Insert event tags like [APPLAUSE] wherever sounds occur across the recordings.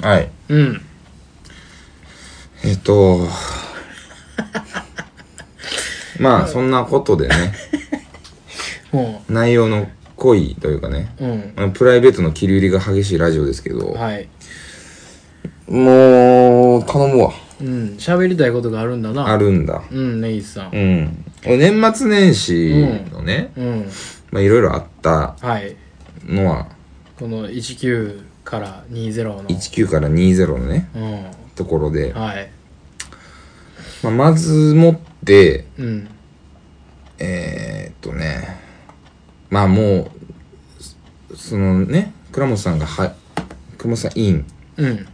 はい。うん。えっと、 [LAUGHS] まあ、そんなことでね、も内容の濃いというかね、う、うん。プライベートの切り売りが激しいラジオですけど、はい。もう、頼むわ。うん。喋りたいことがあるんだな。あるんだ。うん、ネギスさんう。ん。俺年末年始のね、うん。まあ、いろいろあったはい。のは、この19から20の。 19から20のね、うん。ところで、はい。まあ、まずもって、うん。えー、っとね、まあもう、そそのね、倉本さんがは、倉本さんイン、うん。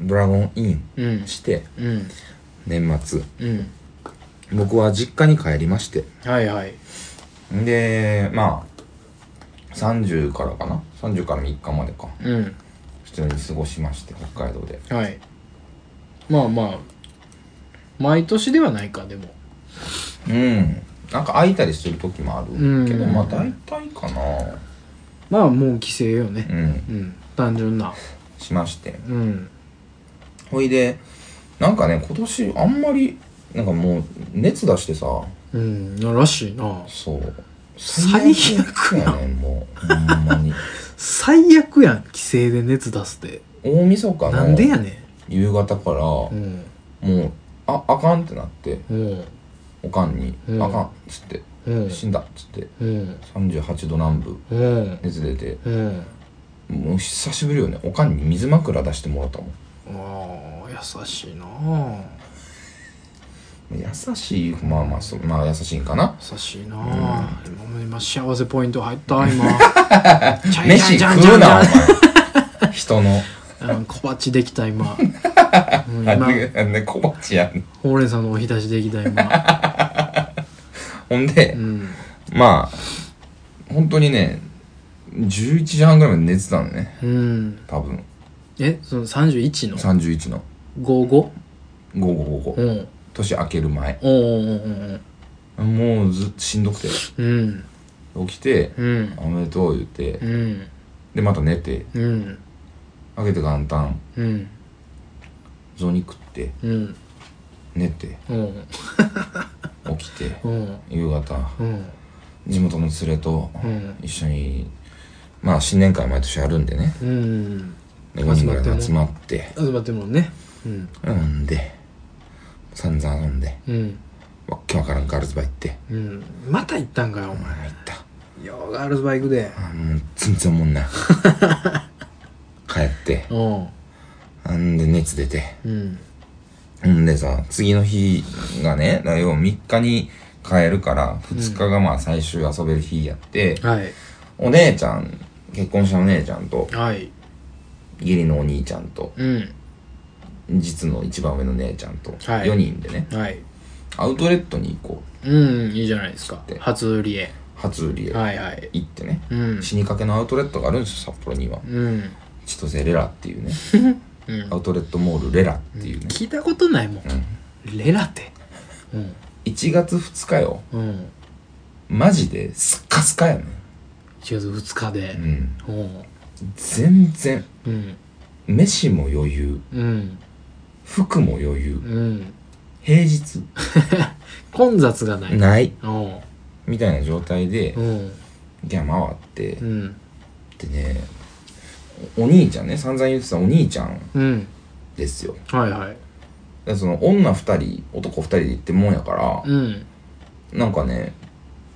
ドラゴンインうん。して、うん。年末、うん。僕は実家に帰りまして。はいはい。で、まあ、30からかな ?30 から3日までか。うん。普通に過ごしまして、北海道で。はい。まあまあ、毎年ではないか、でも。うん。なんか空いたりする時もあるけど、うんまあ大体かな。まあもう帰省ようね。ん。うん。単純な。しまして。うん。ほいで、なんかね、今年あんまり、なんかもう熱出してさ、うん。らしいな。そう。最悪やねん、もう。ほんま [LAUGHS] に。最悪やん。帰省で熱出すって。大晦日なんでやのね夕方から、ん。うん。もう、あ、あかんってなって、うん。おかんに、うんあかんっつって、うん。死んだっつって、うん。 38度南部、うん。熱出て、うん。もう久しぶりよね、おかんに水枕出してもらったもん。ああ、優しいなあ優しい、まあまあ、そうまあ優しいんかな。優しいなあ今も今幸せポイント入った、 [LAUGHS] 今。チャイチャ飯イチャイ食うな、おチャイチャイ前。人 [LAUGHS] の。うん小鉢できた、 [LAUGHS] 今。うんあ今、ね、ね、小鉢やん。ほうれん草のおひたしできた、今。 [LAUGHS] ほんでう、ん。まあ、本当にね、11時半ぐらいまで寝てたのね。うん。多分。え、その31の31の 55? 午後午後う。ん。年明ける前。おうんうんうんもうずっとしんどくて。うん。起きて、うん。おめでとう言ってう、ん。で、また寝て、うん。明けて元旦、うん。雑煮食って、うん。寝て、うん。起きて、うん。夕方、うん。地元の連れとうん一緒に、まあ新年会毎年あるんでね、うん。 5人ぐらい集集まって、集まってるもんね。うん。飲んで、散々飲んで、うん。わっけわからんガールズバー行って、うん。また行ったんかよ、おあ行った。前。ようガールズバイクで。あもう全然おもん [LAUGHS] ない帰ってうん。あんで熱出てうん。んでさ次の日がねだから要は3日に帰るから2日がまあ最終遊べる日やって、はい。お姉ちゃん結婚したお姉ちゃんとはい。義理のお兄ちゃんとうん。実の一番上の姉ちゃんとはい4人でね、はい。アウトレットに行こううん。いいじゃないですかて。初売りへ。初売りへはいはい。行ってね、うん。死にかけのアウトレットがあるんですよ札幌にはうん。千歳レラっていうねうんア。ウトレットモールレラっていうね、聞いたことないもん。レラテ。うん。 1月2日ようん。マジでスッカスカやね1月2日でう。んうん。全然うん。飯も余裕うん。服も余裕うん。平日混雑がない。ないうん。みたいな状態でうん。ギャ回ってうっん。てねおお兄ちゃんね散々言ってたお兄ちゃんうん。ですよだかはいはい。らその女2人男2人で行ってもんやからうん。なんかね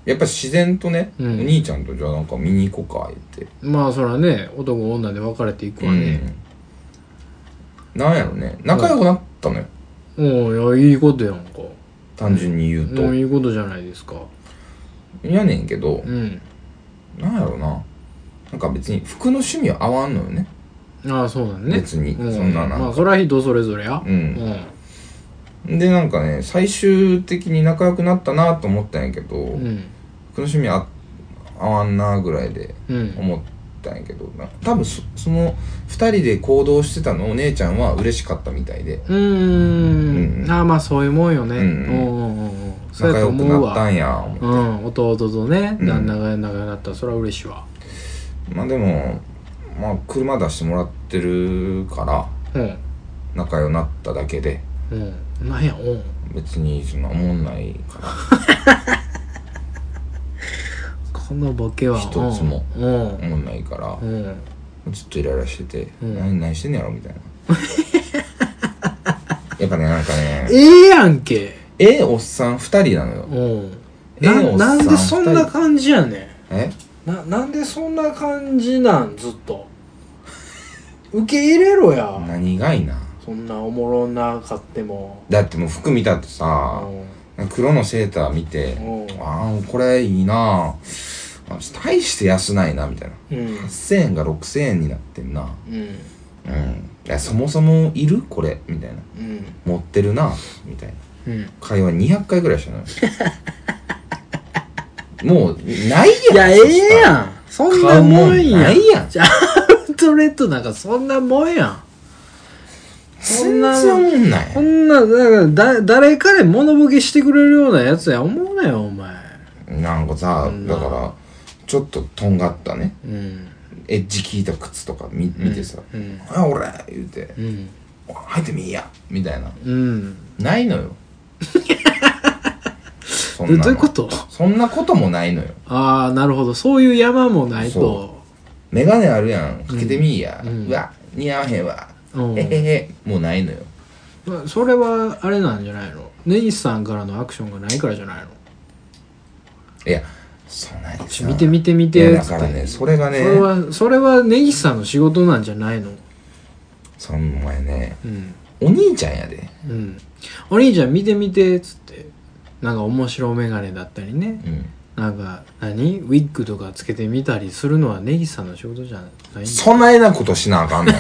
やっぱ自然とね、うんお兄ちゃんとじゃあなんか見に行こうか言ってまあそらね、男女で分かれていくわね。うんなんやろね仲良くなったのよ、うん、いや、いいことやんか。単純に言うと、うん、いいことじゃないですか。やねんけど、うん。なんやろななんか別に服の趣味は合わんのよねああ、そうだね。別にうそんななんかまあそれは人それぞれや。う、うんん。でなんかね最終的に仲良くなったなと思ったんやけど、うん。服の趣味あ合わんなぐらいでうん。思ったんやけどな多分そその2人で行動してたのお姉ちゃんは嬉しかったみたいでうー。うんんああ、まあそういうもんよね。ううんんうんうんうん。そう仲やと良く思うなったわ。んや思ってうん。弟とね、うん旦那が仲良くなったらそれは嬉しいわ。まあでもまあ車出してもらってるからうん仲良くなっただけでうんなんやうん別にそんな思んないからこのボケは一つもうん思んないからう、んずっとイライラしてて、うん何何してんねやろみたい [LAUGHS] なやっぱねなんかえねえやんけええおっさん2人なのようんええなおっさなんんでそん二な人感じやねえんななんでそんな感じなんずっと [LAUGHS] 受け入れろや何がいなそんなおもろなかってもだってもう服見たってさうん黒のセーター見てうんああこれいいなあ大して安ないなみたいなうん8000円が6000円になってんなうんうんいやそもそもいるこれみたいなうん持ってるなみたいなうん会話200回ぐらいしたのよ [LAUGHS] もうないいややんえそえしたら買やんそんなうももんんやなんいやんアウトレットなんかそんなもんやんそん全な然思んないこんなだだ誰かで物ボケしてくれるようなやつや思うなよお前なんかさうんだからちょっととんがったねうんエッジ効いた靴とか見見てさうん「あ俺!」言うてうん「入ってみいや!」みたいなうんないの [LAUGHS] よそどんなのどういうことそんなこともないのよああなるほどそういう山もないとそ眼鏡あるやんかけてみいや、ううんわ似合わへんわ、うんえへへもうないのよまあそれはあれなんじゃないの根岸さんからのアクションがないからじゃないのいやそんなにちさょ見て見て見いやてだからねそれがそねれはそれは根岸さんの仕事なんじゃないのその前ねうんお兄ちゃんやでうんお兄ちゃん見て見てっつってなんか面白メガネだったりねうんなんか何ウィッグとかつけてみたりするのはネギさんの仕事じゃないそないなことしなあ [LAUGHS] かんの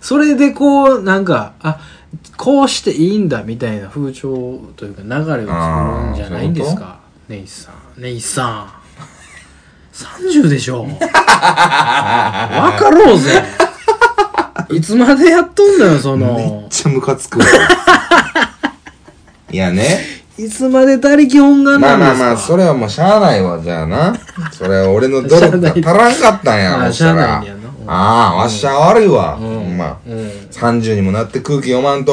それでこうなんかあこうしていいんだみたいな風潮というか流れを作るんじゃないんですかネギさんネギさん30でし [LAUGHS] ょ分かろうぜいつまでやっとんだよそめっのちゃムカつくわ [LAUGHS] いやねいつまで他力本願まなあんでますかあまあそれはもうしゃあないわじゃあなそれは俺の努力が足らんかったんやあそしたしゃあらないんやなうんああわしゃ悪いわ、うんほんまうん30にもなって空気読まんと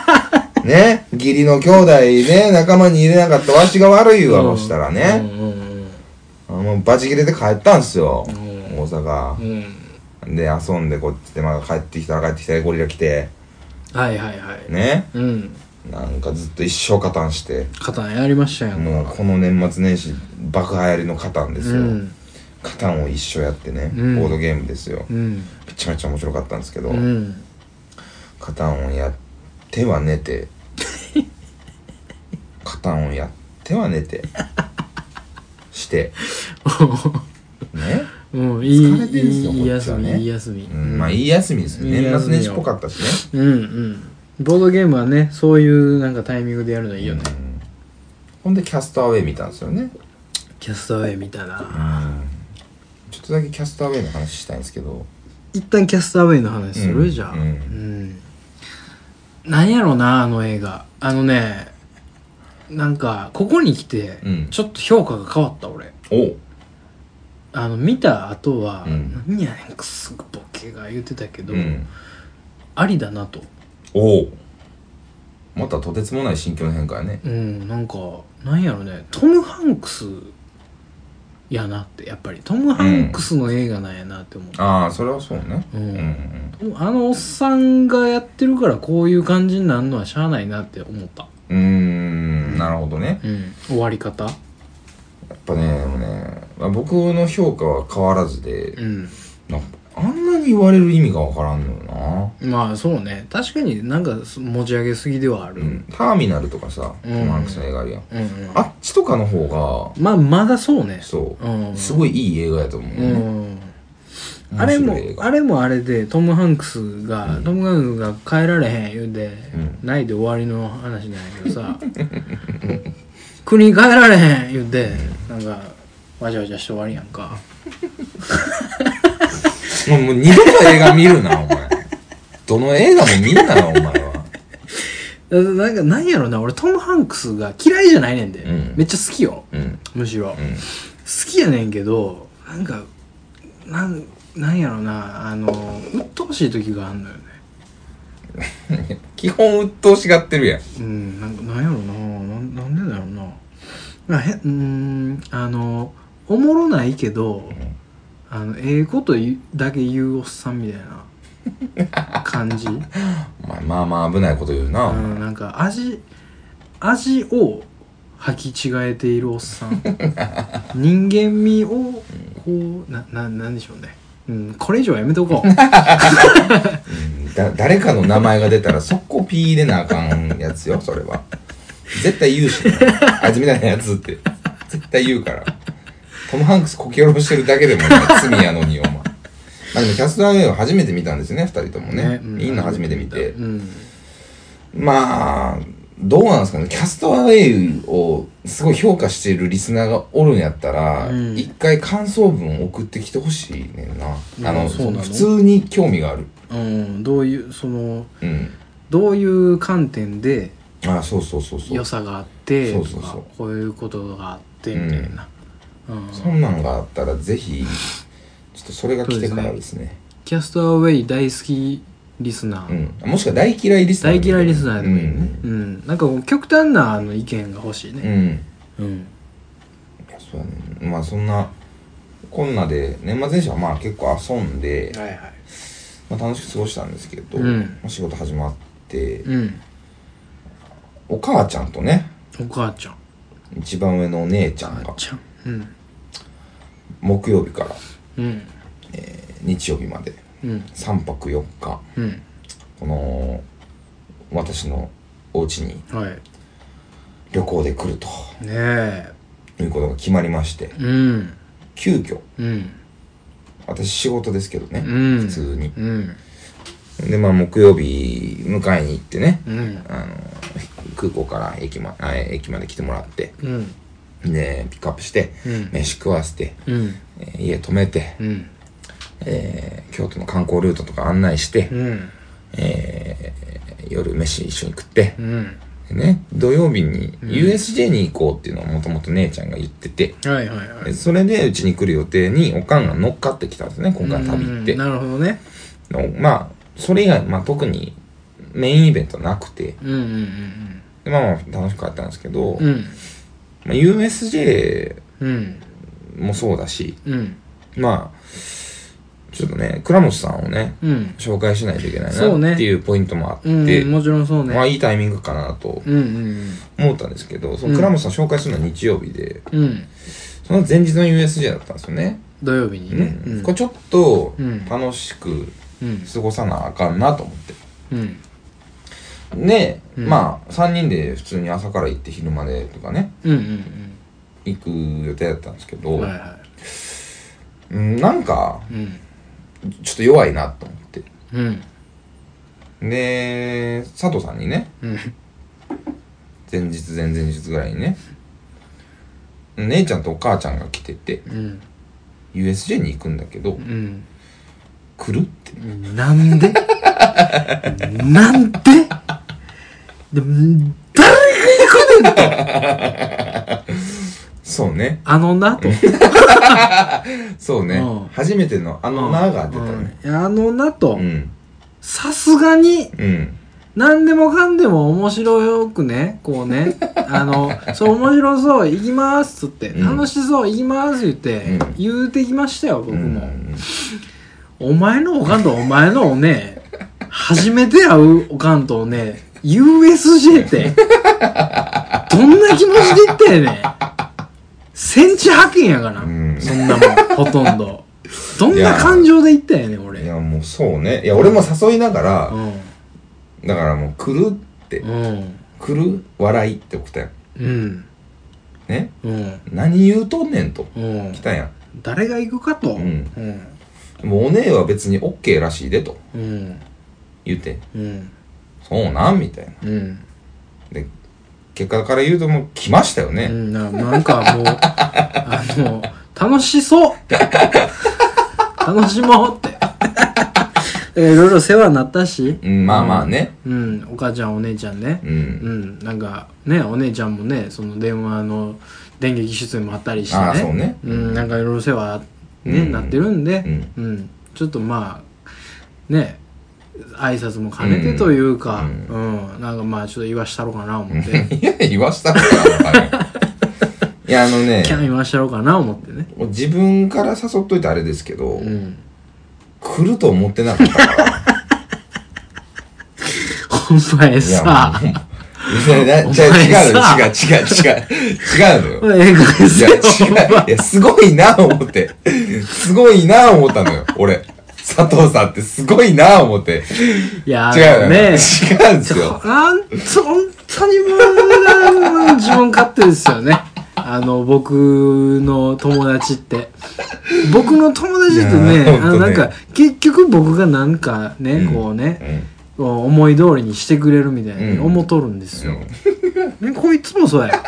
[LAUGHS] ね義理の兄弟ね仲間に入れなかったわしが悪いわ、うんそしたらうね、んうんあもうバチ切れて帰ったんすよ、ん大阪うんうんで遊んでこっちでまあ帰ってきたら帰ってきたらゴリラ来てはいはいはいねうんなんかずっと一生加担してカタンやりましたやんもうこの年末年始爆流行りの加担ですうよ、んカタンを一緒やってね、うんボードゲームですようんめちゃめちゃ面白かったんですけど、うんカタンをやっては寝 [LAUGHS] てカタンをやっては寝てしてね、うんいい疲れてるんすよいいいいこっち休はみ、ねいい休みうん、まあいい休みですねいい休み年末よ年始っぽかったしねうんうんボードゲームはねそういうなんかタイミングでやるのいいよね、うんほんでキャストアウェイ見たんですよねキャストアウェイ見たなちょっとだけキャストアウェイの話したいんですけど一旦キャストアウェイの話する、うんじゃあううんん、なんやろなあの映画あのねなんかここに来て、うんちょっと評価が変わった俺おうあの見た後は、うん何やねんくすぐボケが言ってたけど、うんありだなとおうまたとてつもない心境の変化やねうんなんかなんやろねトム・ハンクスやなってやっぱりトム・ハンクスの映画なんやなって思う、ああそれはそうねうんうんうんあのおっさんがやってるからこういう感じになるのはしゃあないなって思った、うーんなるほどねうん、終わり方やっぱねでもね、まあ、僕の評価は変わらずでうんなんかあんなに言われる意味がわからんのよまあそうね確かになんかそ持ち上げすぎではあな、る、うん、ターミナルとかさトうんム・ハンクスの映画あるやん、うんうんあっちとかの方まあまだそうねがそうう、んすごいいい映画やと思う、うねん面あれも白い映画あれもあれでトム・ハンクスが、トム・ハンクスが帰られへん言うて、んないで終わりの話なんやけ [LAUGHS] どさ国帰られへん言うて、なんかわちゃわちゃして終わりやんかもうもう二度と映画見るなお前どの映画も見んなよお前はだなんかなんやろな俺トム・ハンクスが嫌いじゃないねんで、うんめっちゃ好きようんむしろ、うん好きやねんけどなんかなんなんやろなあの鬱陶しい時があんのよね基本鬱陶しがってるやん。うんなんかなんやろななんなんでだろうななへうーんあのおもろないけどあのええこと言うだけ言うおっさんみたいな感じうお前まあ [LAUGHS] まあ危ないこと言うな。んなんか味味を履き違えているおっさ [LAUGHS] ん人間味をこうなななんでしょうねうんこれ以上はやめとこうだ誰かの名前が出たら速攻ピー入れなあかんやつよそれは絶対言うし味みたいなやつって絶対言うからトム・ハンクスこき下ろしてるだけでも、ね、罪やのにお前まあでもキャストアウェイを初めて見たんですよね2人とも [LAUGHS] ねうんみんな初めて見てうんまあどうなんですかねキャストアウェイをすごい評価しているリスナーがおるんやったらうん一、回感想文送ってきてほしいねんなあうのんそうなの普通に興味があるうん、どういうそのうんどういう観点であそうそうそうそう良さがあってそとうかそうそうこういうことがあってみたいな、うんそんなんがあったらぜひちょっとそれが来てからですねキャストアウェイ大好きリスナー、うん、もしくは大嫌いリスナー大みた嫌いリスナーでもいいねううん、なんかこう極端なあの意見が欲しいん、うねん、いうん、やそうやねまあそんなこんなで年末年始はまあ結構遊んで、はいはいまあ、楽しく過ごしたんですけど、うんまあ仕事始まって、うんお母ちゃんとねお母ちゃん一番上のお姉ちゃん母がちゃんうん木曜日からうん日曜日までうん3泊4日うんこの私のお家にはい旅行で来るとねえいうことが決まりましてうん急遽うん私仕事ですけどね、うん普通にうんでまあ木曜日迎えに行ってねうんあの空港から駅まあ駅まで来てもらってうんでピックアップしてうん飯食わせて、うんえー家泊めて、うんえー京都の観光ルートとか案内して、うんえー夜飯一緒に食ってう、んでね土曜日に USJ に行こうっていうのをもともと姉ちゃんが言ってて、はいはいはいでそれでうちに来る予定におかんが乗っかってきたんですね今回旅ってうんなるほどねのまあそれ以外、まあ、特にメインイベントなくてうんうんでまあまあ楽しかったんですけど、うんうんまあ、USJ うんもそうだし、うんまあ、ちょっとね、倉本さんをね、うん紹介しないといけないそうなねっていうポイントもあって、うんうんもちろんそうねまあいいタイミングかなとうんうん思ったんですけど、そのうん倉本さん紹介するのは日曜日で、うんうんその前日の USJ だったんですよね。土曜日にねううんんこれちょっとうん楽しくうん過ごさなあかんなと思って。うんで、うんまあ3人で普通に朝から行って昼までとかね、うんうん行く予定だったんですけうど、んはいはうんなんかいうんちょっと弱いなと思って。うんで、佐藤さんにね、うん前日前々日ぐらいにね姉ちゃんとお母ちゃんが来ててうん USJ に行くんだけどうん来るってうんな [LAUGHS] んでなんででうん誰が行くねんとそうねあのなとそうね、うん初めてのあの「な」が出たねうんあのなとうんさすがにうん何でもかんでも面白くね、こ [LAUGHS] うね、あの、そう面白そう、行きますっつって、うん楽しそう、行きますって言って、うん言うてきましたよ、う僕んも。お前のおかんとお前のおね、初めて会うおかんとおね、USJ [LAUGHS] って、どんな気持ちで言ったよねん。戦地派遣やから、うんそんなもん、ほとんど。どんな感情で言ったよねん、い俺。やもうそうねいや俺も誘いながうらん。だからもう「来る」ってうん。 「来る」「笑い」って送ったやんうん。ねうん。何言うとんねんとうん来。たや誰が行くかと。んうん。んもうお姉は別に OK らしいでとうん。言ってうん。そうなんみたいなうん。で結果から言うともう来ましたよね、うんななんかもう、あの、楽しそうって。楽しもう [LAUGHS] って。えいろいろ世話になったし。うん、まあまあね。うん。お母ちゃん、お姉ちゃんねう。ん。うん。なんか、ね、お姉ちゃんもね、その電話の電撃出演もあったりしてね。ああ、そうね。うん。なんかいろいろ世話ね、うんなってるんで、うんうんちょっとまあね挨拶も兼ねてというか、ううんなんかまあちょっと言わしたろうかな思っ [LAUGHS] て、いや、言わしたから、 [LAUGHS] はい。いや、あのねキ、ャン言わしたろうかな思ってね、もう自分から誘っといてあれですけど、うん、来ると思ってなかったから。ほんまやいや、 [LAUGHS] さもういやなじゃあお前違うのさよ、違う、違う、違う、違うのよ。 [LAUGHS] ええ感いじや、よ違う。いや、すごいな、思って。すごいな、思ったのよ、俺。佐藤さんってすごいな、思って。いや違うあののよ。ね違うんですよ。なん本当にもう自分勝手ですよねあの僕の友達って僕の友達っていねやーあのほんとなんねか結局僕がなんかね、うんこううねんこう思い通りにしてくれるみたいにうん思っとるんですよ、ね、こいつもそうや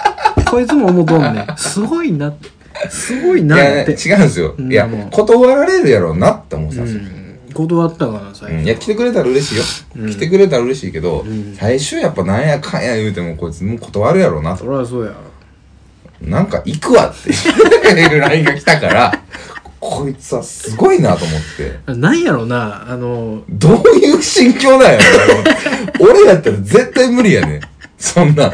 こいつも思っとんねすごいなってすごいいや、な違うっんて、ですよ。いやうんもう、断られるやろうなって思ってたうんですよ。ん、断ったから最うん初いや、来てくれたら嬉しいよ。うん来てくれたら嬉しいけどん、最終やっぱなんやかんや言うても、こいつもう断るやろうなと。そりゃそうやなんか行くわって [LAUGHS] いうラインが来たから、こいつはすごいなと思って。なんやろなあのどういう心境なんやろ俺やったら絶対無理やねんそんなん。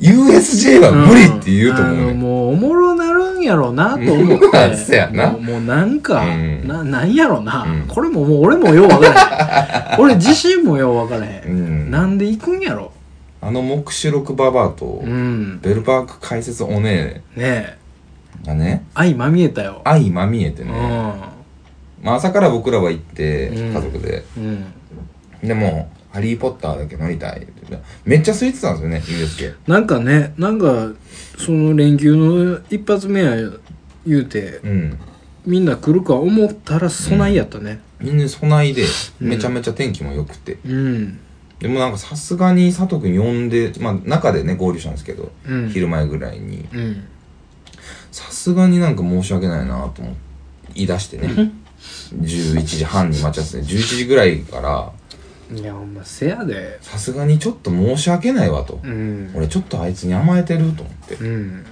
USJ は無理って言うと思うあのねん。もうおもろなるんやろうなと思っまてあそやなもうもうなんか、うんななんやろな、うんこれももう俺もよう分からへ [LAUGHS] ん俺自身もよう分からへ、うんん、なんで行くんやろあの目視録ババアとう、んねベルバーク解説おねええがね、愛まみえたよ相まみえてうね、んまあ、朝から僕らは行って、うん家族で。うんでも、ハリー・ポッターだけ乗りたいって言って。めっちゃ空いてたんですよね、USJ。なんかねなんかその連休の一発目や言うてうん。みんな来るか思ったらそないやったねみんなそないで、うんめちゃめちゃ天気も良くて。うんでもなんかさすがに佐藤君呼んで、まあ中でね合流したんですけど、うん昼前ぐらいに、うんさすがになんか申し訳ないなと思って、言い出してね、11時半に待ち合わせて、11時ぐらいから、いやほんませやでさすがにちょっと申し訳ないわと。うん俺ちょっとあいつに甘えてると思って。うん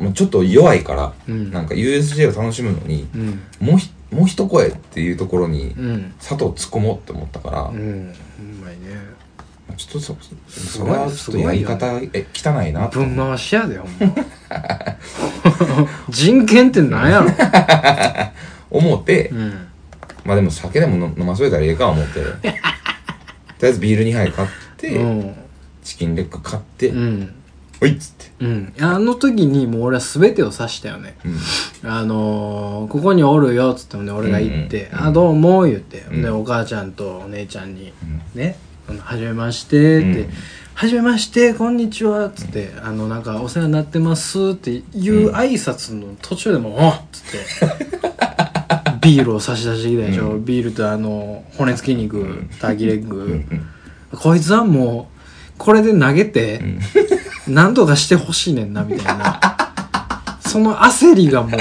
もうちょっと弱いから、うんなんか USJ を楽しむのに、うんもうひ、もう一声っていうところに、うん佐藤突っ込もうって思ったから、うんほんまにねちょっとそ、すそごいれはちょっとやり方、え、汚いなとぶん回しやでほんま人権ってなんやろ思って、うんまあでも酒でも飲飲まそれたらええか [LAUGHS] 思ってとりあえずビール2杯買って、うんチキンレッグ買って「うおんいっ」つって、うんあの時にもう俺は全てを指したよねうんあのーここにおるよっつってもね俺が行って「うんうんあどうも」言って、んでお母ちゃんとお姉ちゃんにうん「ねあのはじめまして」ってうん「はじめましてこんにちは」っつって「あのなんかお世話になってます」っていう挨拶の途中でも「おっ!」つって [LAUGHS] ビールを差し出してきたでしょ、ビールとあの骨付き肉ターキレッグ、こいつはもうこれで投げて、何とかしてほしいねんなみたいな [LAUGHS] その焦りがもう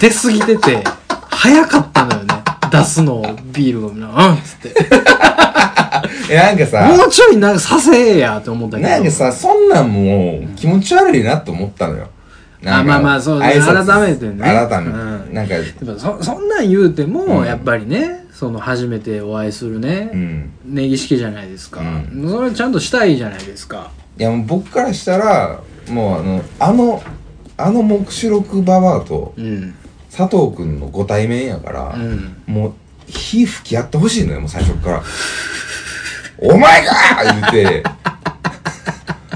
出過ぎてて早かったのよね出すのをビールをみんなうんっつってえなんかさもうちょいなんかさせえやと思ったけどなんかさそんなんもう気持ち悪いなと思ったのよなんかあまあまあそうね挨拶改めてね改めて、うんなんかでもそそんなん言うても、うんやっぱりねその初めてお会いするうね、ん根岸家じゃないですか、うそれちゃんとしたいじゃないですかいやもう僕からしたらもうあのあのあの目視録ババアとうん佐藤君のご対面やから、うんもう、火吹き合ってほしいのよ、もう最初から。 [LAUGHS] お前か言って、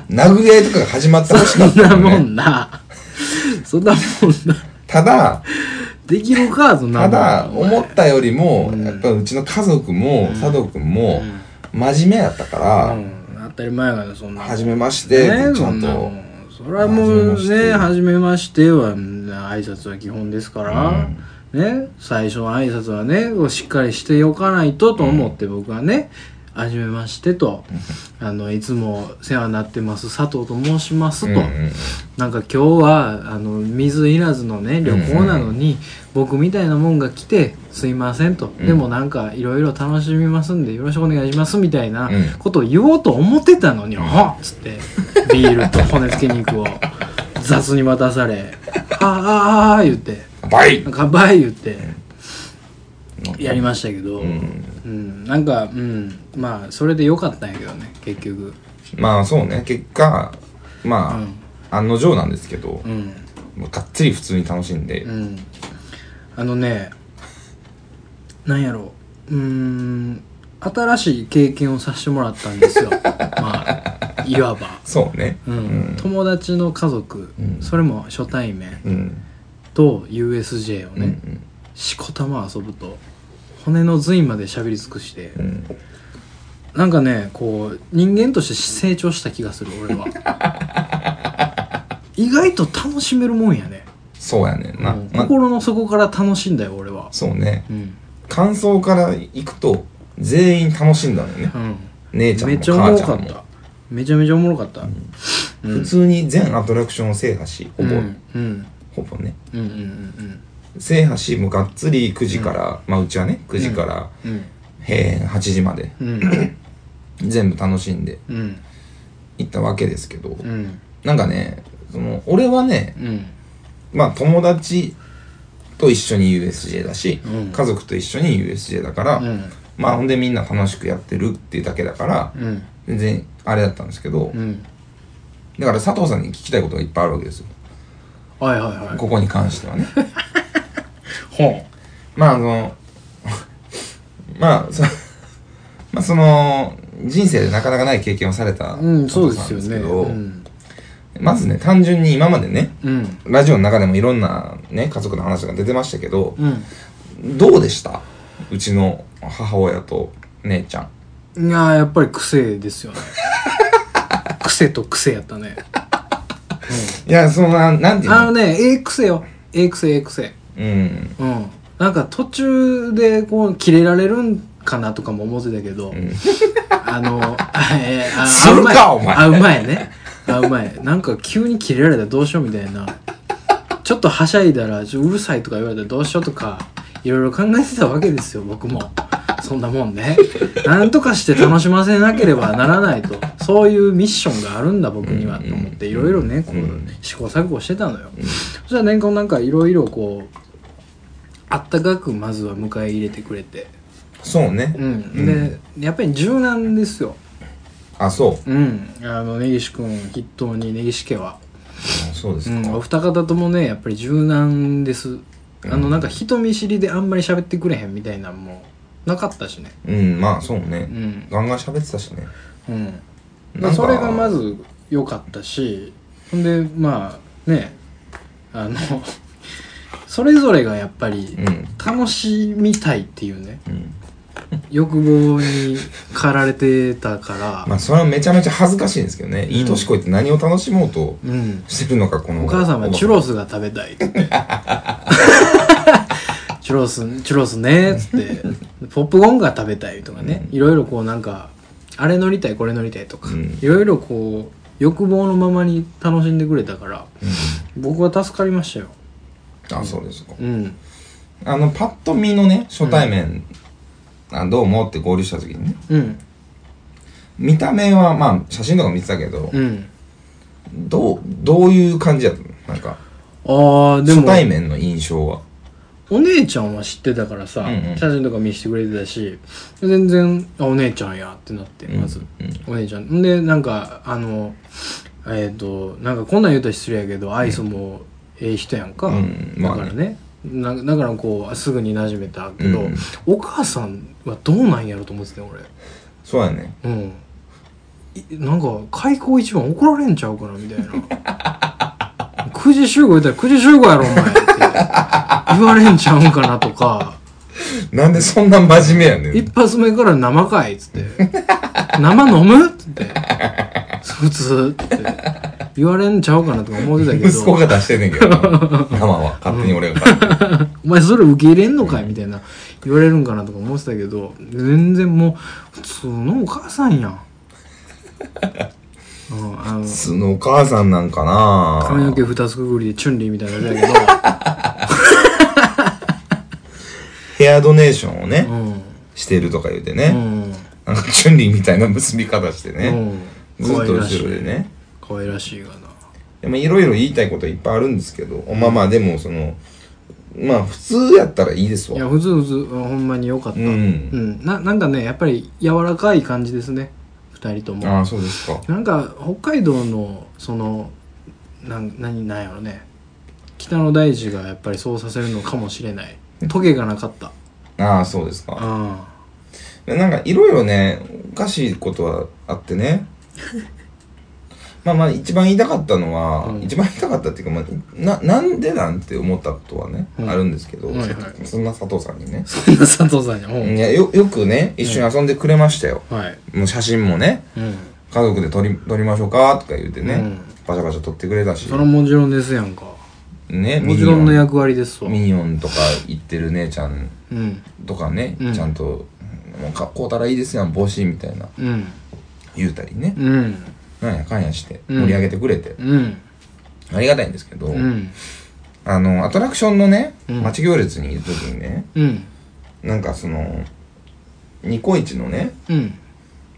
殴り合いとかが始まってほしかっそんなたのもね。[LAUGHS] んなそんなもんなただ、できるかそんなもたんだ、思ったよりも、うんやっぱうちの家族も、佐藤君も、真面目やったかうら、ん、当たり前やからそんなもん初めまして、ねちゃそんなもと。んそれはもうね初初めましてはうん挨拶は基本ですから、ね最初の挨拶はねこうしっかりしておかないとと思って僕はね、初めましてと、あの、いつも世話になってます、佐藤と申しますと、うんうんなんか今日は、あの、水いらずのね、旅行なのに、僕みたいなもんが来て、すいませんと、うんでもなんかいろいろ楽しみますんで、よろしくお願いしますみたいなうんことを言おうと思ってたのに、はっつって、ビールと骨付け肉を雑に渡され、あーあーあー言って、乾杯乾杯言ってやりましたけど、うんうんなんかうんまあそれでよかったんやけどね結局まあそうね結果まあ、案の定なんですけどう、んもうがっつり普通に楽しんで、うんあのねなんやろううーん新しい経験をさせてもらったんで [LAUGHS] すよまあいわば、そうねうん友達の家族、うんそれも初対面うんと USJ をうんうね、んしこたま遊ぶと骨の髄まで喋り尽くして、うんなんかねこう人間として成長した気がする俺 [LAUGHS] は意外と楽しめるもんやね、そうやねんな、うんまあ心の底から楽しんだよ俺はそうねうん、感想からいくと全員楽しんだのよね、うん、姉ちゃんめもっちゃお母もろちゃかんっもためちゃめちゃおもろかった、普通に全アトラクションを制覇しほうん、ぼ、うんうんほぼねうんうん制覇しもうがっつり9時から、まあうちはね9時からうんうん閉園8時までうんうん全部楽しんでうん行ったわけですけど、うんなんかねその俺はねうんまあ友達と一緒に USJ だし、うん家族と一緒に USJ だから、うんまあほんでみんな楽しくやってるっていうだけだから、うん全然あれだったんですけど、うんだから佐藤さんに聞きたいことがいっぱいあるわけですよはいはいはいここに関してはね [LAUGHS] ほまああの [LAUGHS] まあそ [LAUGHS] まあその人生でなかなかない経験をされたううん佐そう藤でさんすよですねけど、うんまずね単純に今までねうんラジオの中でもいろんなね家族の話が出てましたけど、うんどうでしたうちの母親と姉ちゃんいやーやっぱり癖で [LAUGHS] すよね癖と癖やったねいやそのななんていうあののねええ癖よええ癖ええ癖うんうんなんか途中でこう切れられるんかなとかも思ってたけど、ん [LAUGHS] あのあえーあするかあうまいお前あうまいねあうまいなんか急に切れられたらどうしようみたいなちょっとはしゃいだらちょうるさいとか言われたらどうしようとかいろいろ考えてたわけですよ僕もそんなもんねなんとかして楽しませなければならないとそういうミッションがあるんだ僕にはと思っていろいろねこうんう試行錯誤してたのよそしたら年間なんかいろいろこうあったかくまずは迎え入れてくれてそうね、うん、でやっぱり柔軟ですよあそううんあの根岸君筆頭に根岸家は、あそうでうすか、ん、お二方ともねやっぱり柔軟ですあのなんか人見知りであんまり喋ってくれへんみたいなんもなかったしねうんまあそうね、うんガンガン喋ってたしねうんなんかそれがまず良かったしほんでまあねあの [LAUGHS] それぞれがやっぱりうん楽しみたいっていうねうん欲望に駆られてたから、まあそれはめちゃめちゃ恥ずかしいんですけどね、いい年こいて何を楽しもうとうんしてるのかこのお母さんはチュロスが食べたい [LAUGHS] ってチュロスチュロスねっつってポップコーンが食べたいとかねいろいろこうなんかあれ乗りたいこれ乗りたいとかうんいろいろこう欲望のままに楽しんでくれたから僕は助かりましたよあそうですか、うんあのパッと見のね初対面、あどうもって合流した時にねうん見た目はまあ写真とか見てたけど、うんどうどういう感じやったのなんかああで初も対面の印象はお姉ちゃんは知ってたからさ、うんうん写真とか見せてくれてたし全然あお姉ちゃんやってなってまず、うんうんお姉ちゃんんでなんかあのえっ、となんかこんなん言うと失礼やけど愛想もええ人やんか、うんまあねだからねなだからこうすぐに馴染めたけうど、んお母さんはどうなんやろと思ってたよそうやね俺うんいなんか開口一番怒られんちゃうかなみたいな [LAUGHS] 9時集合言ったら9時集合やろお前って言われんちゃうんかなとかなんでそんな真面目やねん一発目から生かいっつって「生飲む?」っつって「普通」っつって言われんちゃうかなとか思ってたけ息子どが出してんねんけどなママは勝手に俺が買って [LAUGHS] 「お前それ受け入れんのかい?」みたいな言われるんかなとか思ってたけど全然もう普通のお母さんやん。うん、あの普通のお母さんなんかな髪の毛二つくぐりでチュンリーみたいなのだけど、ヘアドネーションをね、うん、してるとか言うてうね、ん、なんかチュンリーみたいな結び方してね、うん、ずっと可愛らしい後ろでね可愛らしいがなでもいろいろ言いたいこといっぱいあるんですけど、まあまあでもそのまあ普通やったらいいですいやわ普通普通ほんまに良かったううん、んななんかねやっぱり柔らかい感じですね二人ともああそうですかなんか北海道のそのなん何なんやろね北の大地がやっぱりそうさせるのかもしれないトゲがなかったああそうですかうんなんかいろいろね、おかしいことはあって [LAUGHS] ね。まあまあ一番言いたかったのは、うん一番言いたかったっていうか、まあ、な、なんでなんて思ったことはね、うんあるんですけど、はいはいさそんな佐藤さんにね。そんな佐藤さんにもいや、よ、よくね、一緒に遊んでくれましたよ。はいもう写真もね、うん家族で撮り、撮りましょうか、とか言うてね、うんバシャバシャ撮ってくれたし、それはもちろんですやんかね、もちろんのミニオン役割ですわミニオンとか行ってる姉ちゃんうんとかね、うんちゃんと、もう格好たらいいですやん、帽子みたいな、うん言うたりね。うんなんやかんやしてうん盛り上げてくれて、うんありがたいんですけど、うんあのアトラクションのねうん待ち行列にいる時にね、うんなんかそのニコイチのねうん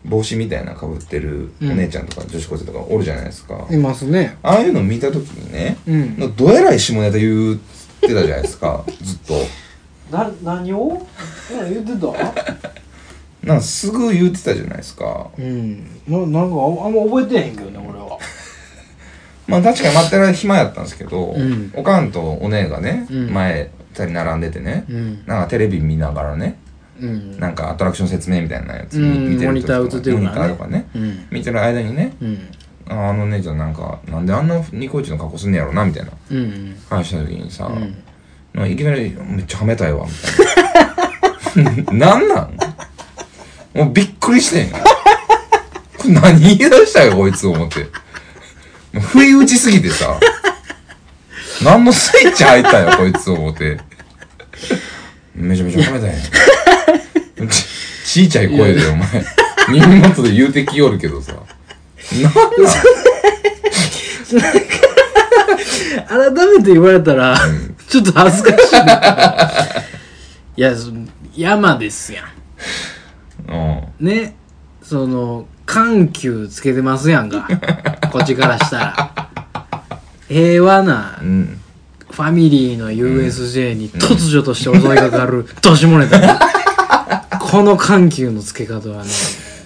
帽子みたいなかぶってるおうん姉ちゃんとか女子高生とかおるじゃないですか、いますねああいうの見た時にね、うんのどえらい下ネタ言ってたじゃないです [LAUGHS] かずっとな何を言ってたなんかすぐ言ってたじゃないですかうんななんかああんま覚えてへんけどね俺はまあ確かに待ってる間暇やったんですけど、うんおかんとお姉がね、うん前2人並んでてね、うんなんかテレビ見ながらねうんなんかアトラクション説明みたいなやつうん見てるモニター時映ってるモニからねターとかねうん見てる間にねうんああの姉ちゃんなんかなんであんなニコイチの格好すんねやろなみたいなうん話した時にさ、うんなんかいきなりめっちゃはめたいわみ [LAUGHS] たいななんなんもうびっくりしてんよこれ何言い出したよこいつ思ってもう不意打ちすぎてさ何のスイッチ入ったよこいつ思ってめちゃめちゃはめたいやんちちいちゃい声でお前耳元で言うてきよるけどさなんなん改めて言われたら、ちょっと恥ずかしい。いや、そ山ですや [LAUGHS] うんん。ね。その、緩急つけてますやんか。こっちからしたら。平和なうんファミリーの USJ に突如として襲いかかる年もねた。この緩急のつけ方はね、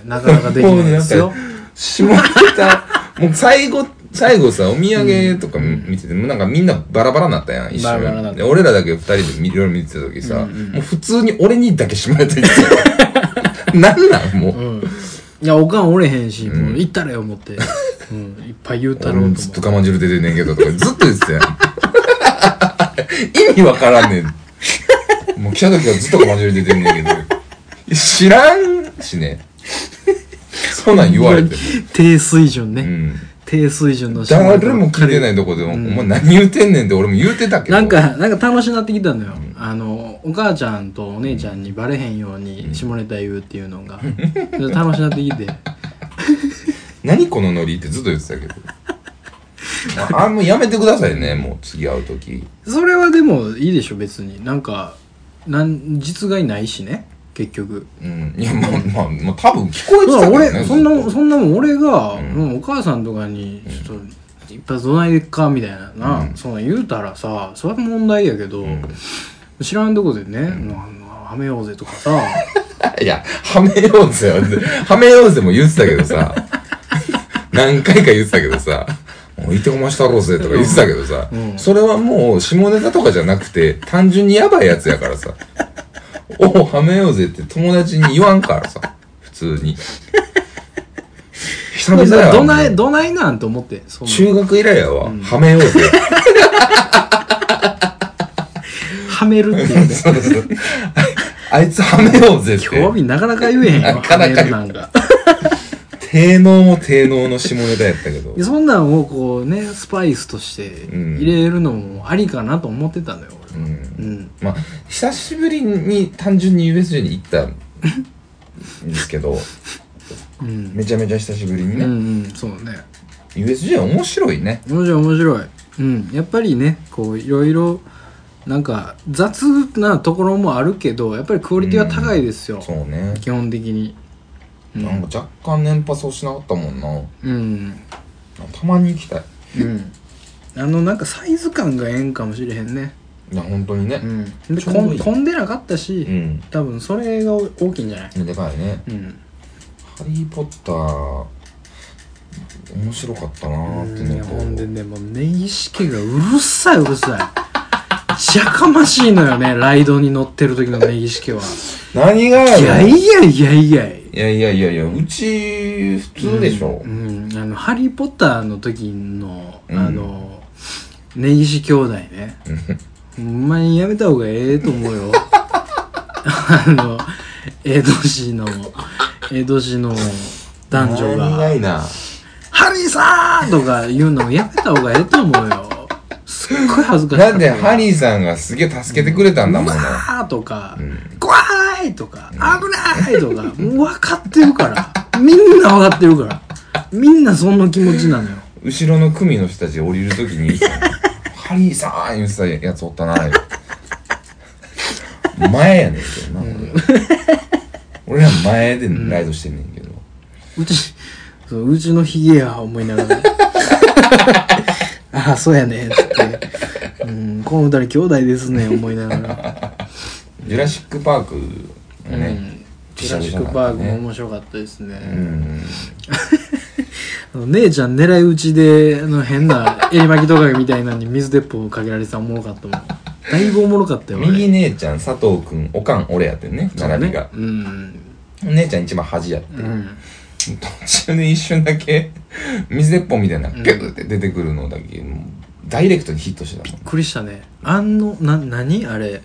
なかなかできないですも [LAUGHS] よう。下ネタ、もう最後、最後さ、お土産とか見てて、もうなんかみんなバラバラになったやん、一バ緒ラバラになっに。たで、俺らだけ二人で見いろいろ見てた時さ、もう普通に俺にだけ下ネタ言って [LAUGHS] た。なんなんもう。うん。いや、おかんおれへんし、もう行ったらよ、思って。うん。いっぱい言うたろう俺と思もってずっと我慢汁出てんねんけどとか、ずっと言ってたやん。意味わからんねん。もう来た時はずっと我慢汁出てんねんけど。知らんしね。そんなん言われても。低水準ね、うん。低水準の誰も聞いてないとこで、お前何言うてんねんって俺も言うてたけど。なん、かなんか楽しなってきたのよ、あのお母ちゃんとお姉ちゃんにバレへんように下ネタ言うっていうのが、それ楽しなってきて何このノリってずっと言ってたけ [LAUGHS] ど。あ、あもうやめてくださいね、もう次会うとき。それはでもいいでしょ別になんかなん実害ないしね結局うん。いや、まあ、まあ、まあ、多分聞こえてただからけど俺、ね。そんずっなとそんなもん俺が、うんもうお母さんとかにちょっといっぱいどないでっかみたいなな、うんその言うたらさそれは問題やけど、ん知らんとこでね、なはめようぜとかさ [LAUGHS] いや、はめようぜよ。はめようぜも言ってたけどさ。何回か言ってたけどさ。もういてこましたろうぜとか言ってたけどさ、うんそれはもう下ネタとかじゃなくて、単純にやばいやつやからさ。おうはめようぜって友達に言わんからさ。普通に。久々やわ。 [LAUGHS] どなもいうどないなんと思ってそんな中学以来やわ。はめようぜ。はめるって [LAUGHS] いうねそうそうあいつはめようぜって。興味なかなか言えへんよなかなか言うはめるなんか低能も低能の下ネタやったけどで。そんなんをこうねスパイスとして入れるのもありかなと思ってたのよう俺んうんまあ、久しぶりに単純に USJ に行ったんですけ [LAUGHS] ど、うんめちゃめちゃ久しぶりにうんね。うんそうね USJ は面白いね。面白い面白いうんやっぱりねこういろいろなんか雑なところもあるけどやっぱりクオリティは高いですよ、そうね。基本的にうんなんか若干年パスをしなかったもんな。うんたまに行きたい。うんあのなんかサイズ感がええんかもしれへんねいや本当にねうんでちょうどこいんい混んでなかったし、うん、多分それが大きいんじゃないでかいねうん「ハリー・ポッター」面白かったなーっていねやこほんでうねもう根岸家がうるさいうるさいやかましいのよねライドに乗ってる時の根岸家は何がいややろいやいやいやいいやいやいやいやうち普通でしょ、うん、あの「ハリー・ポッター」の時の、うんあの根岸兄弟ねほんまにやめた方がええと思うよ [LAUGHS] あの江戸市の江戸市の男女何ががいな「ハリーさん!」とか言うのもやめた方がええと思うよすっごい恥ずかしかだったってハリーさんがすげえ助けてくれたんだもんね、あーとか、ん怖いとか、危ないとか、 [LAUGHS] もう分かってるから。みんな分かってるから。みんなそんな気持ちなのよ。後ろの組の人たち降りるとき [LAUGHS] に「ハリーさん!」言ってたやつおったな言うて前やねんけどな、俺ら前でライドしてんねんけど、うち、そううちのヒゲや思いなが [LAUGHS] ら。ああ、そうやね。って。うん、この二人兄弟ですね、思いな [LAUGHS] がら。ジュラシック・パークうがね、ん。ジュラシック・パークも面白かったですね。うんあの姉ちゃん狙い撃ちであの変なエリマキトカゲみたいなのに水鉄砲をかけられてたらおもろかったもんだいぶおもろかったよあれ右姉ちゃん佐藤君おかん俺やってんね並びが、うん姉ちゃん一番端やって、うん途中で一瞬だけ水鉄砲みたいなのがピュッて出てくるのだけ、もうダイレクトにヒットしてたもんびっくりしたねあんのな何あれ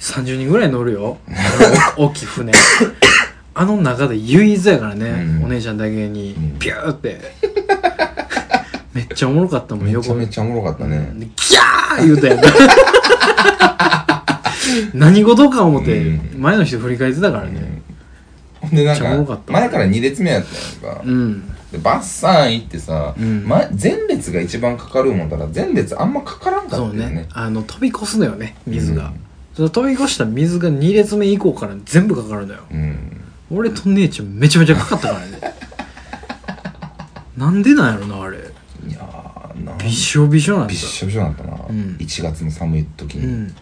30人ぐらい乗る [LAUGHS] よあの大きい船あの中で唯一やからね、うんお姉ちゃんだけにうんピューってめっちゃおもろかったもんめちゃ横め目ちゃおもろかったね、でギャー言うたやん [LAUGHS] 何事か思って、う前の人振り返ってたからねほん [LAUGHS] でなんめっちゃおもろかかった前から2列目やったやんか、うんでバッサン行ってさ、うんま、前列が一番かかるもんだから前列あんまかからんかそっうたよねねあの飛び越すのよね水が、うんその飛び越した水が2列目以降から全部かかるのようん俺と姉ちゃんめちゃめちゃかかったから [LAUGHS] ねなんでなんやろなあれいやーなんびしょびしょなんだびっしょびしょだったな、ん1月の寒い時うに、ん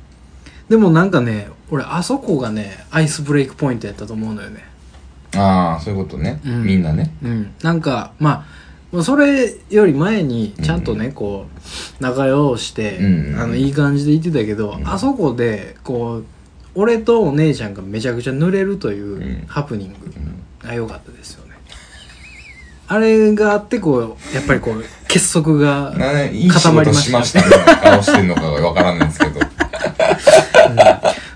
でもなんかね俺あそこがねアイスブレイクポイントやったと思うのよねああそういうことね、うんみんなねうんなんかまあまあそれより前にちゃんとね、こう仲良うして、うんあのいい感じで言ってたけど、あそこでこう俺とお姉ちゃんがめちゃくちゃ濡れるといううんハプニング、んあ良かったですよねあれがあってこうやっぱりこう結束がな、いい仕事しましたね顔してんのかがわからないんです [LAUGHS] けど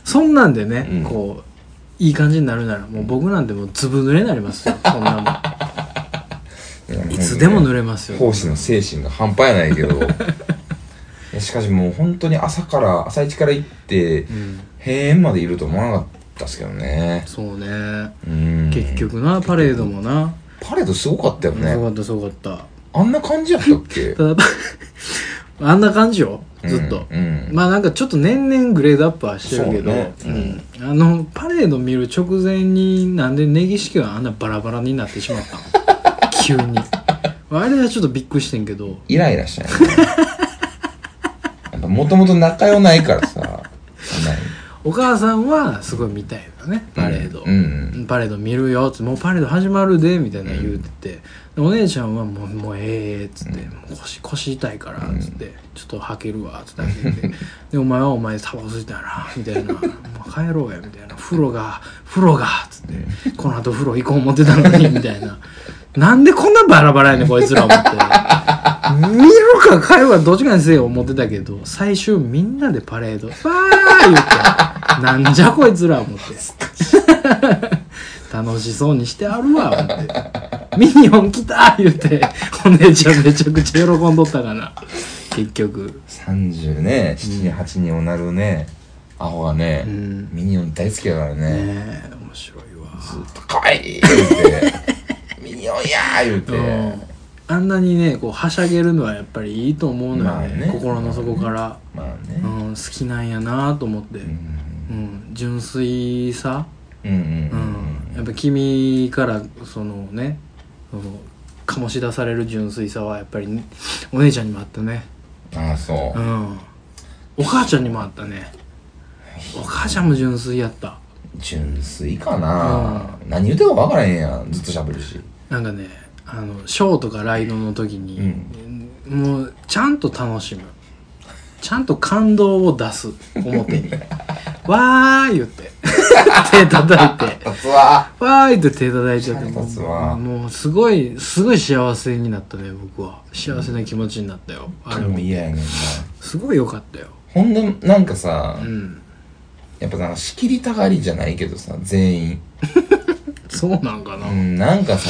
そんなんでね、うんこういい感じになるならもう僕なんてもうずぶ濡れになりますよそ [LAUGHS] んなもんいつでも濡れますよ講師の精神が半端やないけどいやしかしもう本当に朝から朝一から行って、うん閉園までいると思わなかったですけどねそうねうん結局なパレードもな、パレードすごかったよすごねかったすごかったあんな感じやったっけただあんな感じよ [LAUGHS] ずっと、うんうんまあなんかちょっと年々グレードアップはしてるけどう、そうねんあのパレード見る直前になんで根岸家はあんなバラバラになってしまった [LAUGHS] の急にあれはちょっとびっくりしてんけどイライラしたよねやっぱもともと仲良ないからさそんなにお母さんはすごい見たいのねパレード、うんうんパレード見るよっつって「もうパレード始まるで」みたいなの言うてて、でお姉ちゃんはもう「もうええ」っつって、もう腰「腰痛いから」っつって、ちょっとはけるわ」っつって開け [LAUGHS] てで「お前はお前タバコ吸いたいな」みたいな「もう帰ろうや」みたいな「風呂が風呂が」っつって「この後風呂行こう思ってたの [LAUGHS] に」みたいな「なんでこんなバラバラやねんこいつら」思って。見るか帰るかどっちかにせよ思ってたけど最終みんなでパレード「わー!」言って「なんじゃこいつら」思って楽しそうにしてあるわ思ってミニオン来た言ってお姉ちゃんめちゃくちゃ喜んどったから結局30ね78にもなるね、アホがね、うんミニオン大好きだからねね、え面白いわずっと「かわいい!」言 [LAUGHS] うて「ミニオンや!」言うて、うんあんなにねこうはしゃげるのはやっぱりいいと思うのよね,、まあね心の底から、まあうね、ん、好きなんやなと思って、うん、うん、純粋さうんうんううんんやっぱ君からそのねその醸し出される純粋さはやっぱりねお姉ちゃんにもあったねああそううんお母ちゃんにもあったねお母ちゃんも純粋やった純粋かな、何言うてるか分からへんやんずっと喋るしなんかねあのショーとかライドの時に、もうちゃんと楽しむちゃんと感動を出す表 [LAUGHS] にわー言って [LAUGHS] 手叩いて立つわわーいって手叩いて腹立つわもうすごいすごい幸せになったね僕は幸せな気持ちになったよ、ああれれもも嫌やねんなすごい良かったよほんでなんかさ、うんやっぱなんか仕切りたがりじゃないけどさ全員そうなんかなうんなんかさ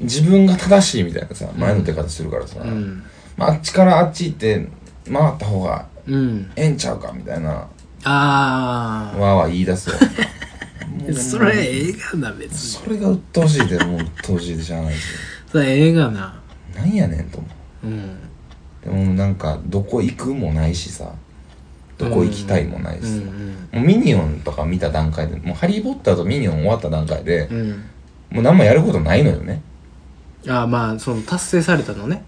自分が正しいみたいなさ前の出方するからさ、うんまあ、あっちからあっち行って回った方がうんええんちゃうかみたいなあわーわー言い出すよあそれ映画な別にそれが鬱陶しいでもう鬱陶しいでしゃあないしそれ映画ななんやねんと思うんうでもなんかどこ行くもないしさどこ行きたいもないしうさ、んもうミニオンとか見た段階でもうハリー・ポッターとミニオン終わった段階で、うんうんもう何もやることないのよねああまあその達成されたのね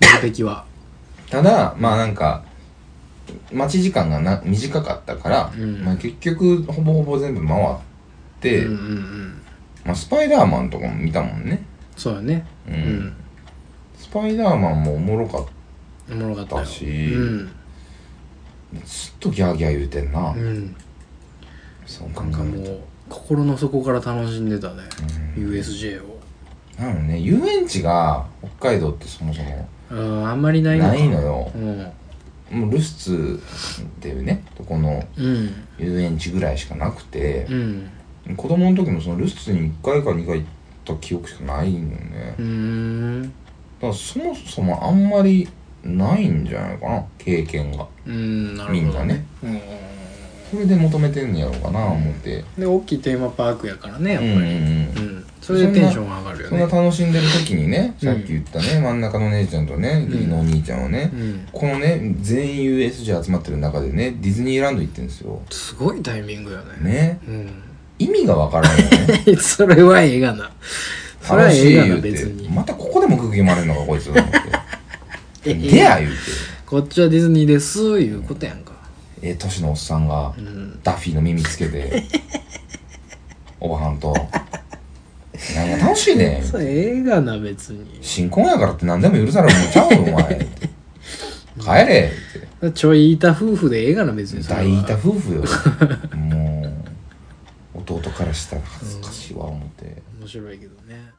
目的はただまあなんか待ち時間がな短かったから、うんまあ、結局ほぼほぼ全部回っうんて、うんうんまあ、スパイダーマンとかも見たもんねそうよねうんうんスパイダーマンもおもろかっおもろかったよだしうんたずっとギャーギャー言うてんな、うんそう考なんかえもるとう心の底から楽しんでたね USJ をなのね遊園地が北海道ってそもそもうんあんまりないのかないのようんもうルスツっていうねとこのうん遊園地ぐらいしかなくてう、ん子供の時もそのルスツに1回か2回行った記憶しかないのね、うーんだからそもそもあんまりないんじゃないかな経験がうんなるみんほなどねうんそれで求めてんのやろうかな思ってで大きいテーマパークやからねやっうんぱうりんうんうんそれでテンションが上がるよそんなね楽しんでる時にねさっき言ったね、真ん中の姉ちゃんとね義理のお兄ちゃんをね、うんこのね全員 USJ 集まってる中でねディズニーランド行ってんですよすごいタイミングよねねうん [LAUGHS] 意味がわからんよねそれは映画な [LAUGHS] それは楽し映い画言なう別てにまたここでも釘生まれるのかこいつと思って「 [LAUGHS] ええでや」言うてこっちはディズニーですいうことやんかええ年のおっさんがうんダッフィーの耳つけておばはんと「何が楽しいねんそれ映画な別に新婚やからって何でも許されるもんちゃうよお前」帰れ」ってちょいいた夫婦でええがな別にそれは大た夫婦よもう弟からしたら恥ずかしいわ思って。面白いけどね